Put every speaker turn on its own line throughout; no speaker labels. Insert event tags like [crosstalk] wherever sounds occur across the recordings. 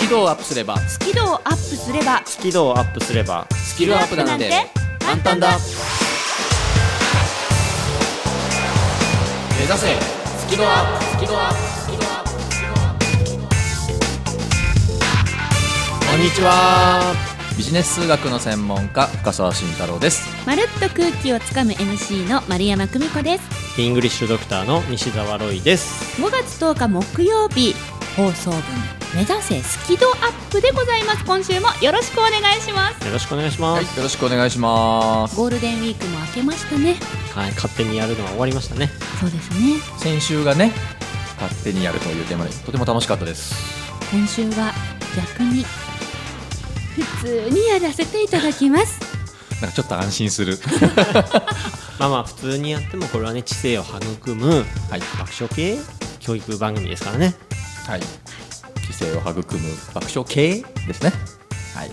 キ度をアップすれば
スキルをアップすれば
スキルをアップすれば
スキルアップなんて簡単だ目指せスキルアップスキルアップスキルアップこんにちはビジネス数学の専門家深澤慎太郎です
まるっと空気をつかむ MC の丸山久美子です
イングリッシュドクターの西澤ロイです
5月10日木曜日放送分目指せスキドアップでございます今週もよろしくお願いします
よろしくお願いしま
はい
す
よろしくお願いします
ゴールデンウィークも明けましたね
はい、勝手にやるのは終わりましたね
そうですね
先週がね勝手にやるというテーマでとても楽しかったです
今週は逆に普通にやらせていただきます
なんかちょっと安心する [laughs]
まあまあ普通にやってもこれはね知性を育む
はい
爆笑系教育番組ですからね
はい知性を育む爆笑系ですねはい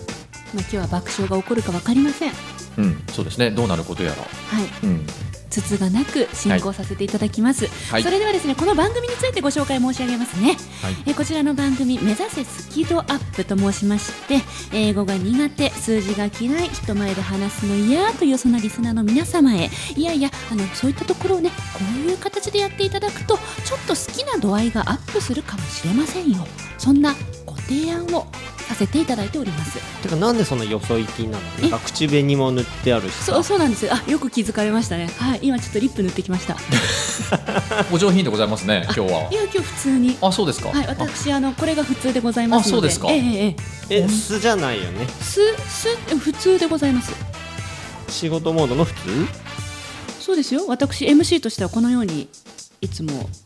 まあ今日は爆笑が起こるかわかりませんは
うんそうですねどうなることやら
い
うん
つがなく進行させていただきます、
はい
それではですねこの番組についてご紹介申し上げますね、
はい
えこちらの番組「目指せスキドアップ」と申しまして英語が苦手数字が嫌い人前で話すの嫌というそんなリスナーの皆様へいやいやあのそういったところをねこういう形でやっていただくとちょっと好きな度合いがアップするかもしれませんよそんなご提案をさせていただいております
てかなんでそんなよそ行きなのなんか口紅も塗ってあるし
そ
さ
うそうなんですあよく気づかれましたねはい今ちょっとリップ塗ってきました
お上品でございますね今日はい
や今日普通に
あそうですか
はい、私あのこれが普通でございますので。
あそうですか
ええええ
え素じゃないよね
すす普通でございます。
仕事モードの普通
そうですよ。私 MC としてはこのようにいつも [laughs]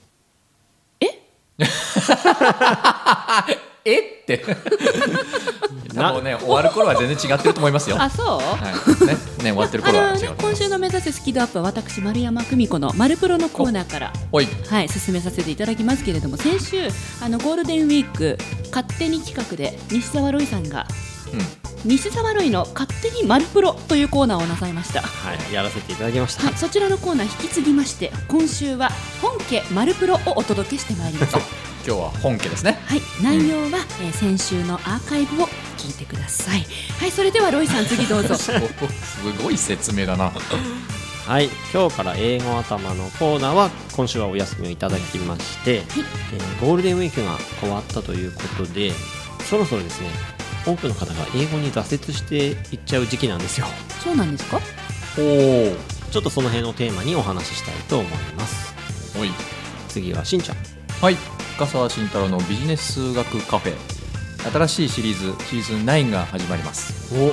えって [laughs]
な
多分ね終わる頃は全然違ってると思いますよは
あそう。
いねね終わってる
あ
頃は
の
違
ね
う、と思
今
います
週の目指せスキドアップは私丸山久美子のマルプロのコーナーから
おい
はい進めさせていただきますけれども先週あのゴールデンウィーク勝手に企画で西澤ロイさんが
うん
西澤ロイの勝手にマルプロというコーナーをなさいました。
はいやらせていただきました
はい、そちらのコーナー引き継ぎまして今週は本家マルプロをお届けしてまいります。
あ今日は本家ですね
はい、内容は、えー先週のアーカイブを聞いてください。はい、それではロイさん次ど [laughs] うぞ。
すごい説明だな
はい、今日から英語頭のコーナーは今週はお休みをいただきまして、えーゴールデンウィークが終わったということでそろそろですね多くの方が英語に挫折していっちゃう時期なんですよ
そうなんですか？
おお
ちょっとその辺のテーマにお話ししたいと思います
おい
次はしんちゃん
はい深澤慎太郎のビジネス数学カフェ新しいシリーズシーズン9が始まります
お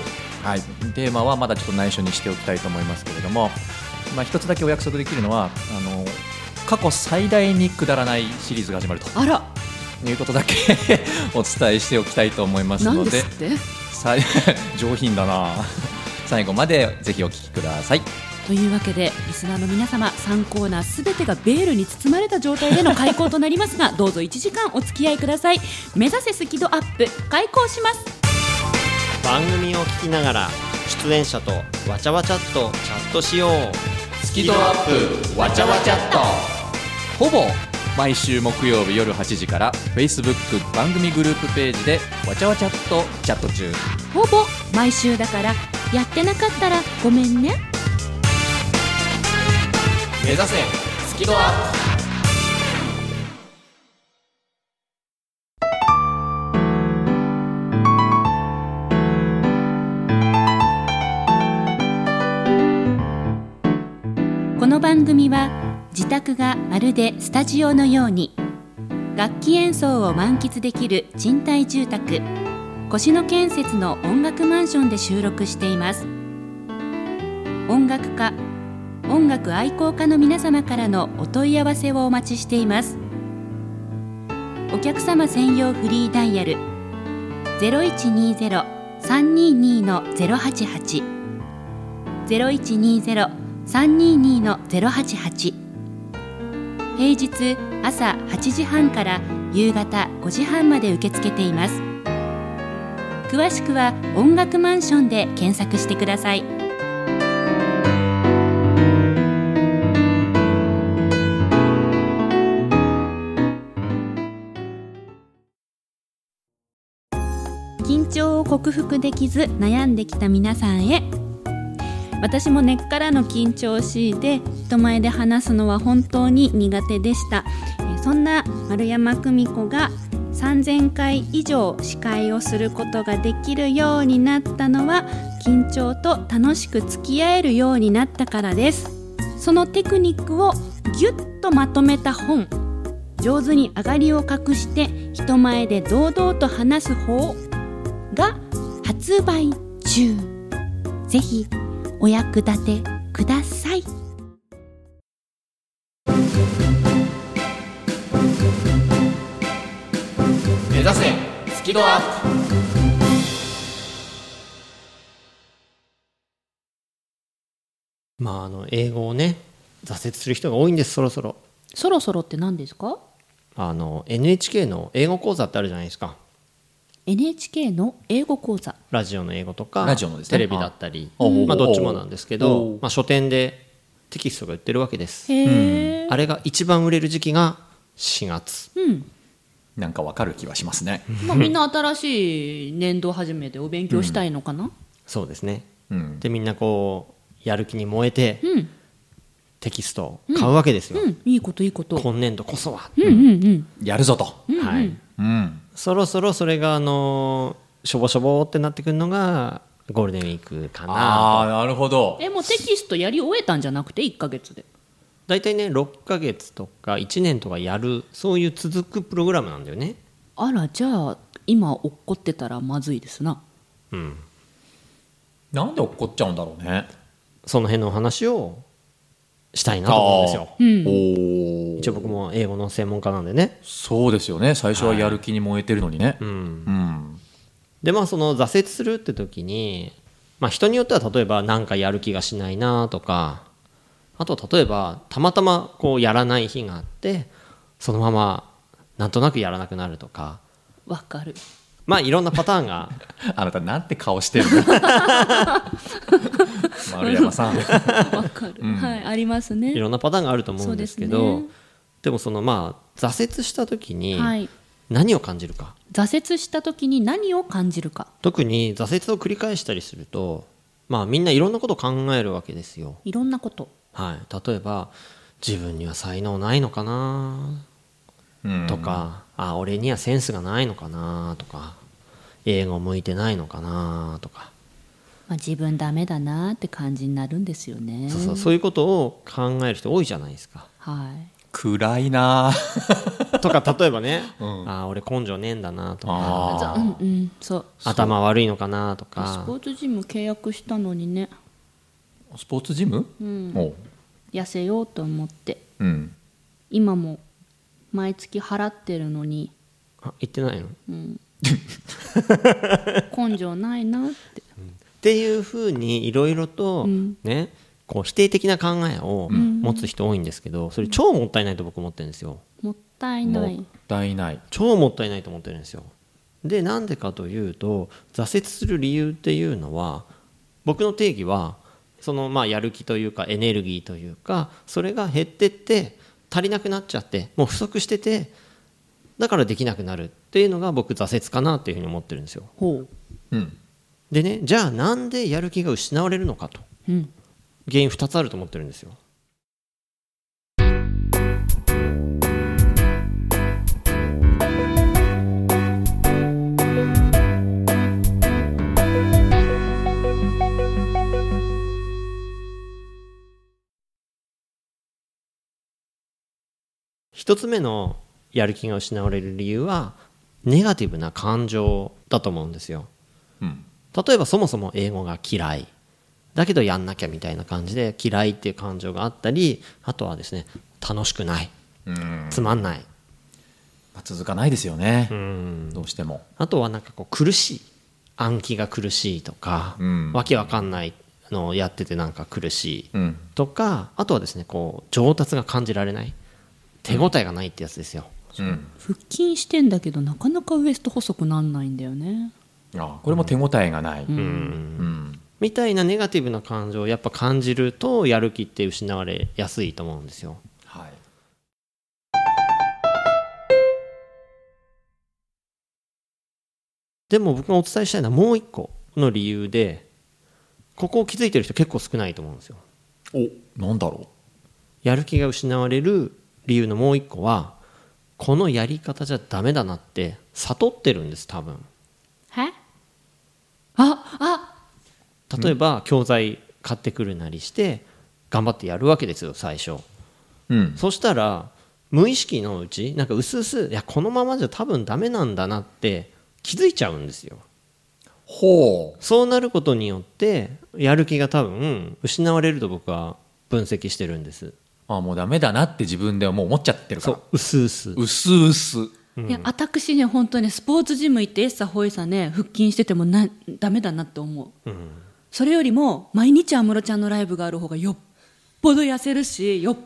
はいテーマはまだちょっと内緒にしておきたいと思いますけれども、まあ、一つだけお約束できるのはあの過去最大にくだらないシリーズが始まると
あら、
いうことだけ [laughs] お伝えしておきたいと思います
なん
の
です
で
って？
さい [laughs] 上品だな最後までぜひお聞きください
というわけでリスナーの皆様、3コーナーすべてがベールに包まれた状態での開講となります [laughs] が、どうぞ1時間お付き合いください。目指せスキドアップ開講します。
番組を聞きながら出演者とわちゃわちゃっとチャットしよう
スキドアップわちゃわちゃっとほぼ毎週木曜日夜8時から Facebook 番組グループページでわちゃわちゃっとチャット中
ほぼ毎週だからやってなかったらごめんね。
目指せスキドアップ
この番組は自宅がまるでスタジオのように楽器演奏を満喫できる賃貸住宅越野建設の音楽マンションで収録しています音楽家音楽愛好家の皆様からのお問い合わせをお待ちしていますお客様専用フリーダイヤル0120-322-088 0120-322-088平日朝8時半から夕方5時半まで受け付けています詳しくは音楽マンションで検索してください緊張を克服できず悩んできた皆さんへ私も根っからの緊張を強いて人前で話すのは本当に苦手でしたえーそんな丸山久美子が3000回以上司会をすることができるようになったのは緊張と楽しく付き合えるようになったからですそのテクニックをぎゅっとまとめた本上手に上がりを隠して人前で堂々と話す方が発売中ぜひお役立てください
目指せスキドアップ
まああの英語をね挫折する人が多いんですそろそろ
そろそろって何ですか
あの NHK の英語講座ってあるじゃないですか
NHK の英語講座
ラジオの英語とか
ラジオのですね
テレビだったり
ああ
まあ、
おうおう
どっちもなんですけ
お
ど
う、
まあ、書店でテキストが売ってるわけです
へえ
あれが一番売れる時期が4月
うん、
なんかわかる気はしますね、
まあ、みんな新しい年度初めでお勉強したいのかな
そうですね
うん、
でみんなこうやる気に燃えて
うん、うん
テキストを買うわけですよ、
いいこといいこと
今年度こそは、
うんうんうん
やるぞと、
はい
うん、
そろそろそれがあのーしょぼしょぼってなってくるのがゴールデンウィークかな
ああなるほど
えもうテキストやり終えたんじゃなくて1か月で
大体ね6ヶ月とか1年とかやるそういう続くプログラムなんだよね
あらじゃあ今落っこってたらまずいですな
うん
なんで怒っちゃうんだろうね
その辺のお話をしたいなと思うんですよ
うん
おお
一応僕も英語の専門家なんでね
そうですよね最初はやる気に燃えてるのにね、
うん
うん
でまあその挫折するって時に、まあ、人によっては例えば何かやる気がしないなとかあと例えばたまたまこうやらない日があってそのままなんとなくやらなくなるとか
わか [laughs] る
まあいろんなパター
[laughs]
ンが
あなたなんて顔してるの丸山さん
わかる、はいあります
い
ね
ろんなパターンがあると思うんですけど
そうですね
でもそのまあ挫折した時に
はい
何を感じるか、
挫折した時に何を感じるか
特に挫折を繰り返したりするとまあみんないろんなことを考えるわけですよ
いろんなこと
はい、例えば自分には才能ないのかな
うん
とか、あ俺にはセンスがないのかなとか英語向いてないのかなとか、
まあ、自分ダメだなって感じになるんですよね。
そうそうそういうことを考える人多いじゃないですか。
はい。
[laughs] 暗いな
とか例えばね、あ俺根性ねえんだなとか
あ
うんうん、そう。
頭悪いのかなと
スポ
か
ーツジム契約したのにね、
ースポーツジム、
うん、
おう
痩せようと思って、
うん
今も毎月払ってるのに、
あ言ってないのっ
うん、根性ないなって。
ていうふうにいろいろと、
うん
ねこう否定的な考えを持つ人多いんですけどそれ超もったいないと僕思ってるんですよ。
もったいな
も
い
っ。たいない
超もったいないと思ってるんですよでなんでかというと挫折する理由っていうのは僕の定義はそのまあやる気というかエネルギーというかそれが減ってって足りなくなっちゃってもう不足しててだからできなくなるっていうのが僕挫折かなっていうふうに思ってるんですよ
ほう。
うん
でねじゃあなんでやる気が失われるのかと
うん。
原因2つあると思ってるんですよ一つ目のやる気が失われる理由はネガティブな感情だと思うんですよ。
うん
例えばそもそも英語が嫌いだけどやんなきゃみたいな感じで嫌いっていう感情があったりあとはですね楽しくない
うん
つまんない
まあ続かないですよね、
うん
どうしても
あとはなんかこう苦しい暗記が苦しいとか、
うん
わけわかんないのをやっててなんか苦しい
うん
とかあとはですねこう上達が感じられない手応えがないってやつですよ、
うん
腹筋してんだけど、なかなかウエスト細くなんないんだよね。
あこれも手応えがない、うん
みたいなネガティブな感情をやっぱ感じるとやる気って失われやすいと思うんですよ
はい、
でも僕がお伝えしたいのはもう一個の理由でここを気づいてる人結構少ないと思うんですよ
おなんだろ
やる気が失われる理由のもう一個はこのやり方じゃダメだなって悟ってるんです多分
はああ
例えば教材買ってくるなりして頑張ってやるわけですよ最初
ううん
そしたら無意識のうちなんかうすうすいやこのままじゃ多分ダメなんだなって気づいちゃうんですよ
ほ
そうなることによってやる気が多分失われると僕は分析してるんです
うあもうダメだなって自分ではもう思っちゃってるか
そ
ら
ううすうす
うすうす
いや私ね本当にスポーツジム行ってエッサホイさね腹筋しててもなダメだなって思う、それよりも毎日安室ちゃんのライブがある方がよっぽど痩せるしよっ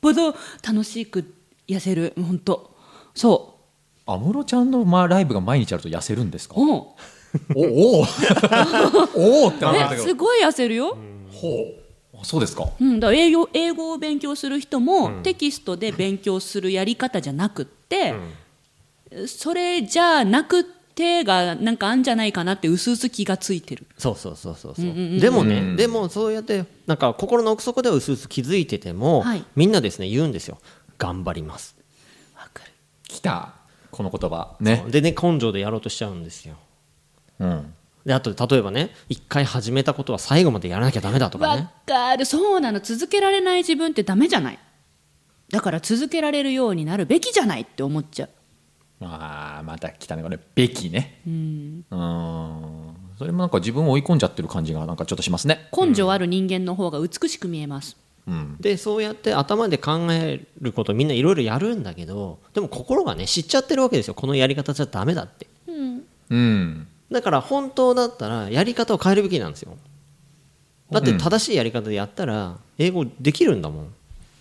ぽど楽しく痩せる本当そ
安室ちゃんの、まあ、ライブが毎日あると痩せるんですか
うう
お
ん
おお [laughs] おおってなかったけ
えす
ど
ごい痩せるよ、
ほうあそうですか
うん、だから英語英語を勉強する人も、テキストで勉強するやり方じゃなくって、それじゃなくてがなんかあんじゃないかなってうすうす気がついてる
そうそうそうそうそう,、でもね、
うん
でもそうやってなんか心の奥底ではうすうす気づいてても、
はい
みんなですね言うんですよ頑張ります
わかる
来たこの言葉ね
でね根性でやろうとしちゃうんですよ
うん
であと例えばね一回始めたことは最後までやらなきゃダメだとかね
わかるそうなの続けられない自分ってダメじゃないだから続けられるようになるべきじゃないって思っちゃう
まあまた来たねこれ「べきね」うんそれもなんか自分を追い込んじゃってる感じがなんかちょっとしますね
根性ある人間の方が美しく見えます、
うん
でそうやって頭で考えることみんないろいろやるんだけどでも心がね知っちゃってるわけですよこのやり方じゃダメだって
うん
だから本当だったらやり方を変えるべきなんですよだって正しいやり方でやったら英語できるんだもん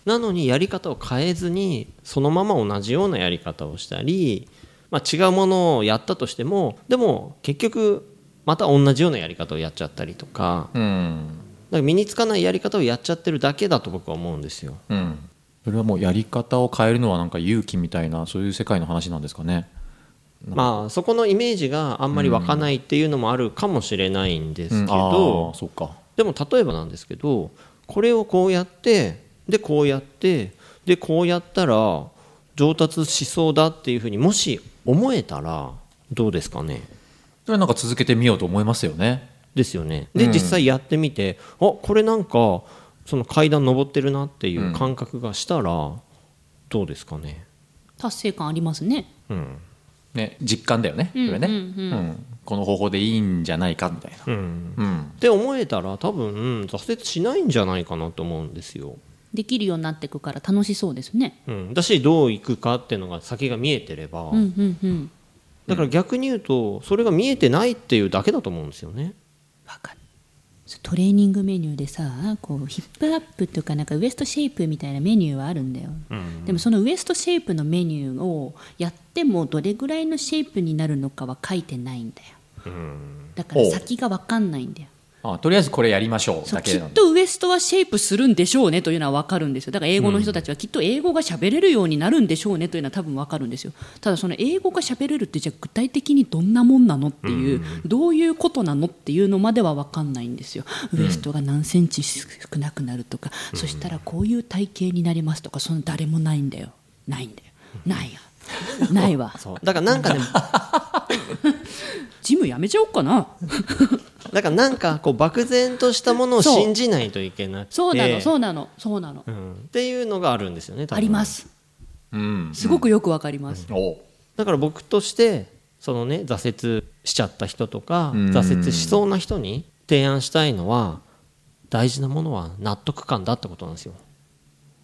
なのにやり方を変えずにそのまま同じようなやり方をしたり、まあ、違うものをやったとしてもでも結局また同じようなやり方をやっちゃったりとか
うん
だから身につかないやり方をやっちゃってるだけだと僕は思うんですよ
うんそれはもうやり方を変えるのはなんか勇気みたいなそういう世界の話なんですかね
まあそこのイメージがあんまり湧かないっていうのもあるかもしれないんですけど、
あーそうか
でも例えばなんですけどこれをこうやってでこうやってでこうやったら上達しそうだっていうふうにもし思えたらどうですかね
それはなんか続けてみようと思いますよね
ですよねで、実際やってみてあこれなんかその階段登ってるなっていう感覚がしたらどうですかね、
達成感ありますね
うん
ね実感だよねそれね、
うん
うんこの方法でいいんじゃないかみたいな
うん、
うん
って思えたら多分挫折しないんじゃないかなと思うんですよ
できるようになっていくから楽しそうですね
うん、だしどういくかっていうのが先が見えてれば、
うんうんうん
だから逆に言うとそれが見えてないっていうだけだと思うんですよね
わかるそうトレーニングメニューでさこうヒップアップとかなんかウエストシェイプみたいなメニューはあるんだよ、でもそのウエストシェイプのメニューをやってもどれぐらいのシェイプになるのかは書いてないんだよ、だから先がわかんないんだよ
あとりあえずこれやりましょう
そう
だけ
き
な
っ
んで
とウエストはシェイプするんでしょうねというのは分かるんですよだから英語の人たちはきっと英語が喋れるようになるんでしょうねというのは多分分かるんですよただその英語が喋れるってじゃあ具体的にどんなもんなのっていう、どういうことなのっていうのまでは分かんないんですよウエストが何センチ少なくなるとか、そしたらこういう体型になりますとかその誰もないんだよないんだよないやないわ
そうだからなん
[laughs]
かね
ジムやめちゃおうかな
だからなんかこう漠然としたものを
そう
信じないといけなくて
そうなの、そうなのそうなの、
うんっていうのがあるんですよね多分
あります
うん
すごくよく分かります、
お
だから僕としてそのね挫折しちゃった人とか
ん
挫折しそうな人に提案したいのは大事なものは納得感だってことなんですよ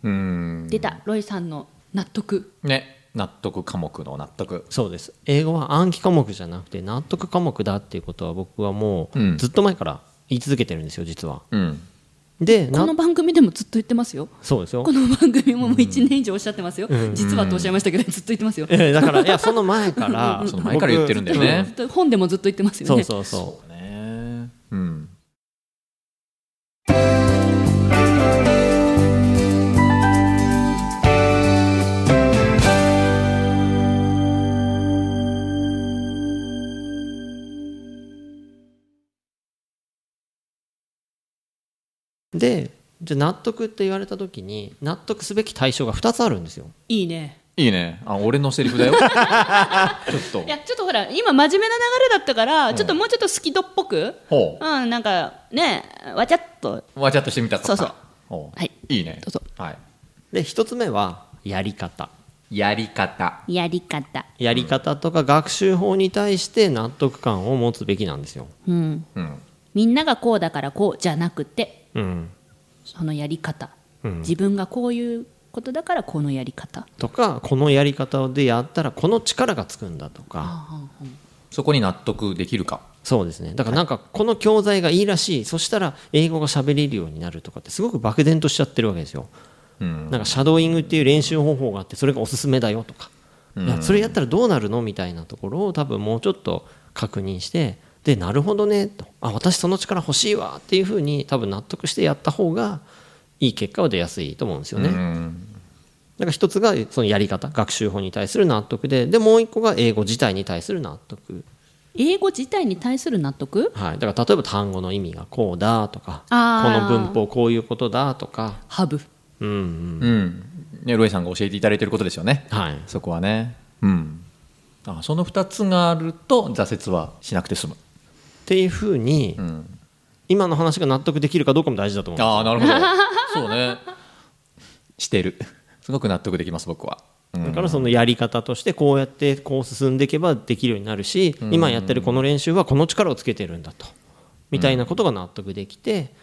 うん
出たロイさんの納得
ね納得科目の納得
そうです英語は暗記科目じゃなくて納得科目だっていうことは僕はも
う
うんずっと前から言い続けてるんですよ実は
うん
で
この
な
番組でもずっと言ってますよ
そうですよ
この番組ももう1年以上おっしゃってますよ、実はとおっしゃいましたけどずっと言ってますよ、
えーだからいやその前から
その前から言ってるんだよね
ずっと本でもずっと言ってます
僕
よ
そ
ね
うそうそ
そうねうん
でじゃあ納得って言われた時に納得すべき対象が2つあるんですよ
いいね
いいねあ俺のセリフだ
[laughs]
よちょっと
いやちょっとほら今真面目な流れだったから、ちょっともうちょっとスキドっぽく
ほ
うんなんかねわちゃっと
うわちゃっとしてみたと
そうそう
ほう
はい
いいね
どうぞ
はい
で1つ目はやり方
やり方
やり方
やり方とか学習法に対して納得感を持つべきなんですよ、
うん
うん
みんながこうだからこうじゃなくて
うん、
そのやり方、
うん
自分がこういうことだからこのやり方
とかこのやり方でやったらこの力がつくんだとか
そこに納得できるか
そうですねだからなんかこの教材がいいらしいそしたら英語が喋れるようになるとかってすごく漠然としちゃってるわけですよ
うん
なんかシャドーイングっていう練習方法があってそれがおすすめだよとか、いやそれやったらどうなるのみたいなところを多分もうちょっと確認してでなるほどねとあ私その力欲しいわっていうふうに多分納得してやった方がいい結果は出やすいと思うんですよね。
うん
だから一つがそのやり方学習法に対する納得ででもう一個が英語自体に対する納得、
英語自体に対する納得
はい、だから例えば単語の意味がこうだとかこ
あー
の文法こういうことだとか、
ハブ
うんうん
うんねロイさんが教えていただいてることですよね
はい、
そこはねうんあその2つがあると挫折はしなくて済む、
っていうふうに、
うん、
今の話が納得できるかどうかも大事だと思う
ああなるほ
[laughs]
どそうねしてるすごく納得できます僕は、うん
だからそのやり方としてこうやってこう進んでいけばできるようになるし今やってるこの練習はこの力をつけてるんだとみたいなことが納得できて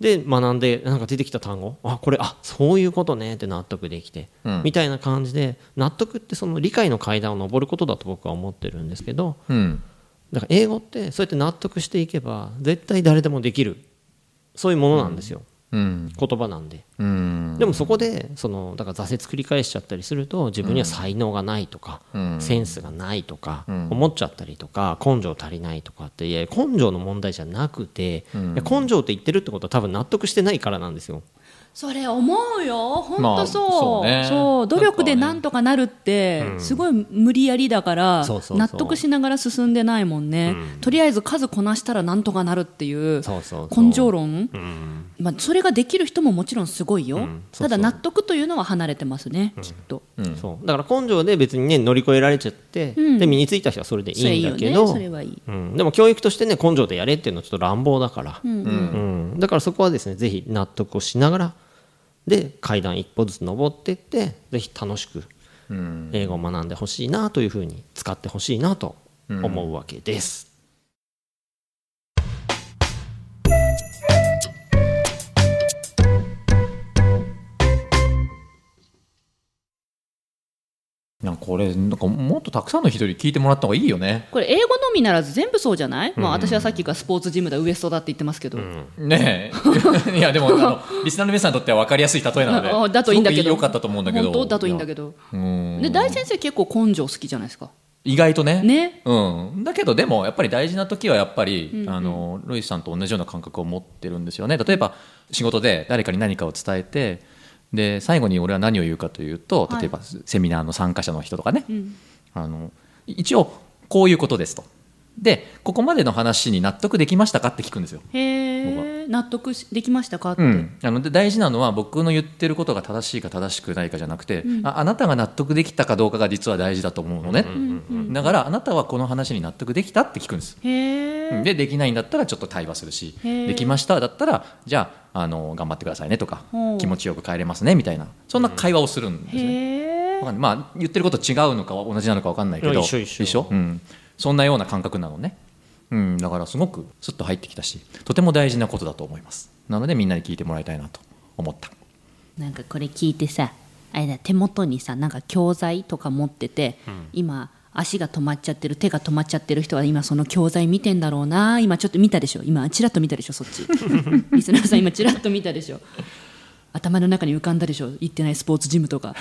で学んでなんか出てきた単語あこれあそういうことねって納得できて
うん
みたいな感じで納得ってその理解の階段を上ることだと僕は思ってるんですけど
うん
だから英語ってそうやって納得していけば絶対誰でもできるそういうものなんですよ
うん
言葉なんで。
うん
でもそこでそのだから挫折繰り返しちゃったりすると自分には才能がないとか、
うん
センスがないとか、思っちゃったりとか根性足りないとかっていや根性の問題じゃなくて、いや根性って言ってるってことは多分納得してないからなんですよ。
それ思うよ本
まあ
当そう,、
そうね
そう努力でなんとかなるって、すごい無理やりだから
そうそうそう
納得しながら進んでないもんね、とりあえず数こなしたらなんとかなるっていう
そうそうそう
根性論、まあ、それができる人ももちろんすごいよ、
そうそう
ただ納得というのは離れてますね、きっと
そうだから根性で別にね乗り越えられちゃって、
うん
で身についた人はそれでい
それい
い
い
ん
よ
だけ
ね
ど、
それはいい、
うん、でも教育としてね根性でやれっていうのはちょっと乱暴だから、
うんうん
うん、だからそこはですねぜひ納得をしながらで階段一歩ずつ登っていってぜひ楽しく
うん
英語を学んでほしいなというふうに使ってほしいなと思うわけです。
なんかこれなんかもっとたくさんの人に聞いてもらった方がいいよね
これ英語のみならず全部そうじゃない、まあ、私はさっきからスポーツジムだウエストだって言ってますけど、
ねえ [laughs] いやでもあのリスナーの皆さんにとっては分かりやすい例えなので
あだといいんだけど
すごく良かったと思うんだけど
本当だといいんだけど
うん
で大先生結構根性好きじゃないですか
意外とね
ね
うん、だけどでもやっぱり大事な時はやっぱり、あのロイさんと同じような感覚を持ってるんですよね例えば仕事で誰かに何かを伝えてで最後に俺は何を言うかというと
はい
例えばセミナーの参加者の人とかね、
ん
あの一応こういうことですとでここまでの話に納得できましたかって聞くんですよ。
へえ納得しできましたかって、
うん、なので大事なのは僕の言ってることが正しいか正しくないかじゃなくて、ああなたが納得できたかどうかが実は大事だと思うのね、だからあなたはこの話に納得できたって聞くんです、
へえ、
でできないんだったらちょっと対話するし
へえ
できましただったらじゃああの頑張ってくださいねとか
ほう
気持ちよく帰れますねみたいなそんな会話をするんですね、
へえ
わかんないまあ、言ってること違うのかは同じなのか分かんないけど
いや一緒一緒
うん、そんなような感覚なのね、うん、だからすごくスッと入ってきたしとても大事なことだと思いますなのでみんなに聞いてもらいたいなと思った
なんかこれ聞いてさあれだ手元にさなんか教材とか持ってて、今足が止まっちゃってる手が止まっちゃってる人は今その教材見てんだろうな今ちょっと見たでしょ今ちらっと見たでしょそっ
[laughs]
ちリスナーさん今ちらっと見たでしょ頭の中に浮かんだでしょ行ってないスポーツジム
[laughs]
とか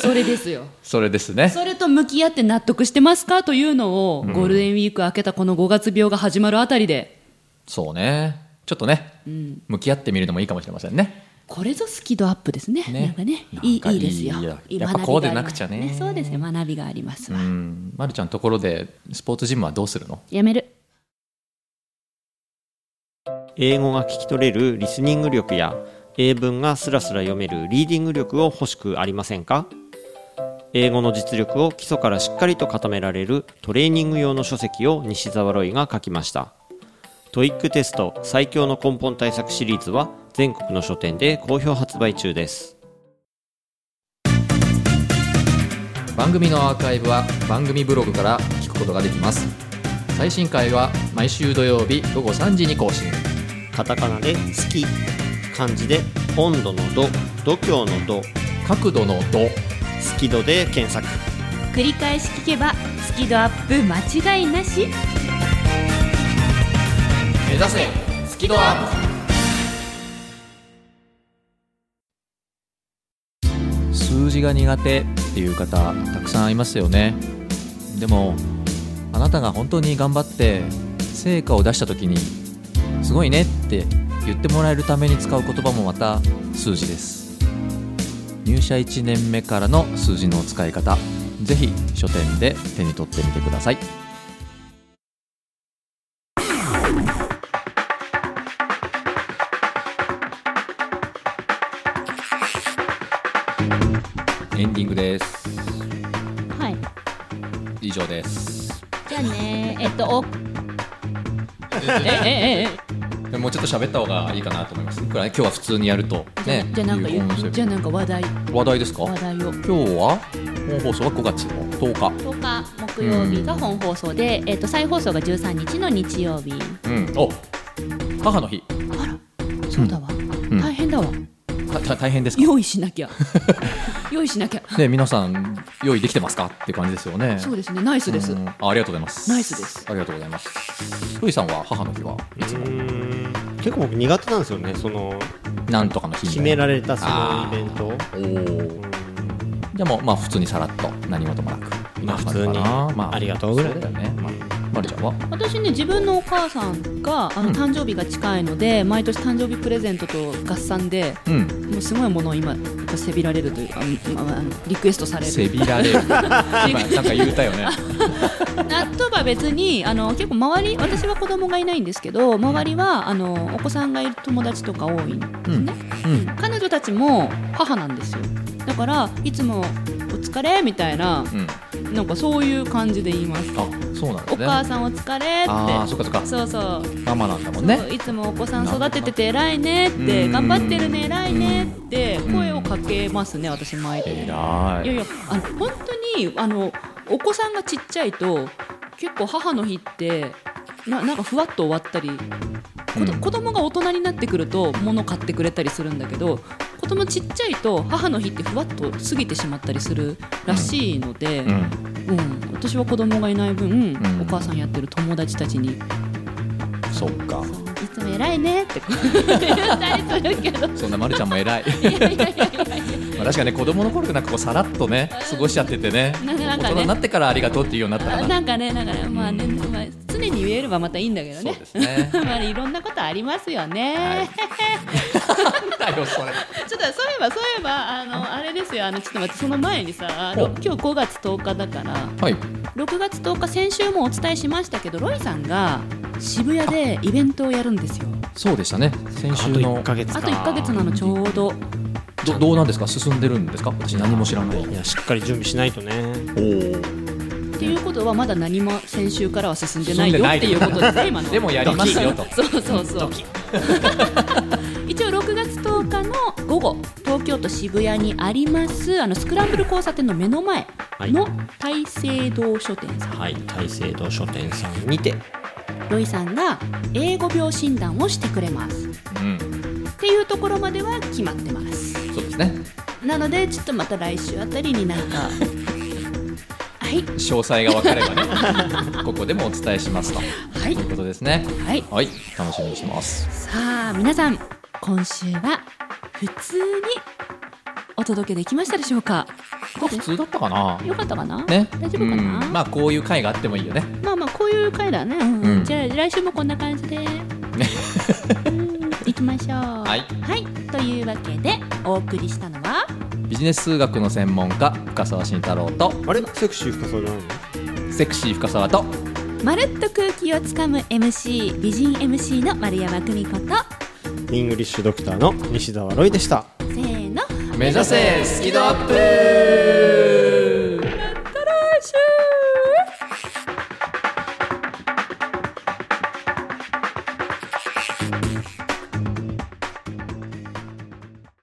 それですよ
それですね
それと向き合って納得してますかというのを、ゴールデンウィーク明けたこの5月病が始まるあたりで
そうねちょっとね、向き合ってみるのもいいかもしれませんね
これぞスキドアップですね。
ね
なんかね、
なんか
いいいいですよ
いいや。
いい
やっぱ
学び
こうで
があり
なくちゃね
ますそうですね、学びがありますわ。
うんまるちゃんところでスポーツジムはどうするの
やめる。
英語が聞き取れるリスニング力や英文がスラスラ読めるリーディング力を欲しくありませんか英語の実力を基礎からしっかりと固められるトレーニング用の書籍を西澤ロイが書きましたトイックテスト最強の根本対策シリーズは全国の書店で好評発売中です
番組のアーカイブは番組ブログから聞くことができます最新回は毎週土曜日午後3時に更新
カタカナで「好き」漢字で「温度の度」「度胸の度」
角度の度
「好き度」で検索
繰り返し聞けばスキドアップ間違いなし
目指せスキドアップ数字が苦手っていう方たくさんいますよねでもあなたが本当に頑張って成果を出した時に「すごいね」って言ってもらえるために使う言葉もまた数字です入社1年目からの数字の使い方ぜひ書店で手に取ってみてくださいエンディングです
はい
以上です
じゃあねえっとおえええ
もうちょっと喋った方がいいかなと思います。いくらね今日は普通にやると
え
ね。
じゃあなんか
いう
言
思
う
いですよ
じゃあなんか話題
話題ですか。今
話題を
日は本放送は5月の10日。
10日木曜日が本放送で、えっと再放送が13日の日曜日
うん。お、母の日。
あらそうだわ、
ん
大変だわ
たた大変ですか。
用意しなきゃ [laughs] 用意しなきゃ
ね皆さん用意できてますかって感じですよね。
そうですねナイスです、
うんあありがとうございます。
ナイスです。
ありがとうございます。ふいさんは母の日は
結構僕苦手なんですよねその
なんとかの日
決めら
れ。
れたそのイベント
おお。でもまあ普通にさらっと何事もなく。
まあ普通にありがとうぐらい
そうだよね。まあまるちゃんは。
私ね自分のお母さんがあ
う
の
ん
誕生日が近いので、毎年誕生日プレゼントと合算で
うん。
もうすごいものを今やっぱせびられるというか、あまああのリクエストされ
せ
る
びら
[laughs]
れる。今なんか言うたよね。
納豆は別にあの結構周り私は子供がいないんですけど周りはあのお子さんがいる友達とか多いんですね、
うん。
彼女たちも母なんですよだからいつも「お疲れ」みたいな
うん。
なんかそういう感じで言います
あ、そうなんで
お
すね。
母さんお疲れ
ああ、
っ
そっかそっか
て。そうそう
ママなんだもんね。
そういつもお子さん育ててて偉いねって
うん
頑張ってるね偉いねって
ん
声をかけますね私毎年
偉
いやい
い。
やあの本当にあのお子さんがちっちゃいと結構母の日ってななんかふわっと終わったりこど
うん
子供が大人になってくると物買ってくれたりするんだけど子供ちっちゃいと母の日ってふわっと過ぎてしまったりするらしいので、
うん。
うん私は子供がいない分、
ん
お母さんやってる友達たちに
そっか。
いつも偉いねってこう言ったりするけど。
そんなまるちゃんも偉
[laughs]
い。
いやいやいやいや
まあ確かにね子供の頃ってなんかこうさらっとね過ごしちゃっててね。
なんかなんか
大
ね
人になってからありがとうっていうようになったかな。
[laughs] なんかね、なんかね、まあね、まあ、常に言えればまたいいんだけど
そう
ね。
で。すね
まあ、いろんなことありますよね。
なんだよそれ。
[laughs] ちょっと、そういえば、そういえば、あの、あれですよ、あの、ちょっと待って、その前にさ、ろ今日5月10日だから。
はい。
6月10日、先週もお伝えしましたけど、ロイさんが渋谷でイベントをやるんですよ。
そうでしたね。先
あと
週の
1ヶ月か
あと1ヶ月なの、ちょうど。
どどうなんですか進んでるんですか。私何も知らない。
いやしっかり準備しないとね
おお。
っていうことはまだ何も先週からは進んでない
進んで
よ
ない
っていうこと
[laughs]
ですね今の
でもやりますよと
そうそうそう [laughs] 一応6月10日の午後東京都渋谷にありますあのスクランブル交差点の目の前の大聖堂書店さん、
はい大聖堂書店さんにて
ロイさんが英語病診断をしてくれます
うん。
っていうところまでは決まってます
そうですね。
なのでちょっとまた来週あたり
[laughs]
になんかはい
詳細が分かれば
[laughs]
ねここでもお伝えしますと
はい
いうことですね
はい
はい楽しみにしてます
さあ皆さん今週は普通にお届けできましたでしょうか
普通だったかな
よかったかな、
ね
大丈夫かな、
うん
ま
ま
あ、
あこういう会があってもいいよね
まあこういう回だね、うん
うん
じゃあ来週もこんな感じで、うん行きましょうはいというわけでお送りしたのは
ビジネス数学の専門家深澤慎太郎と
あれセクシー深そうじゃないの
セクシー深澤と
まるっと空気をつかむ MC 美人 MC の丸山久美子と
イングリッシュドクターの西澤ロイでした
せーの
目指せスキドアップ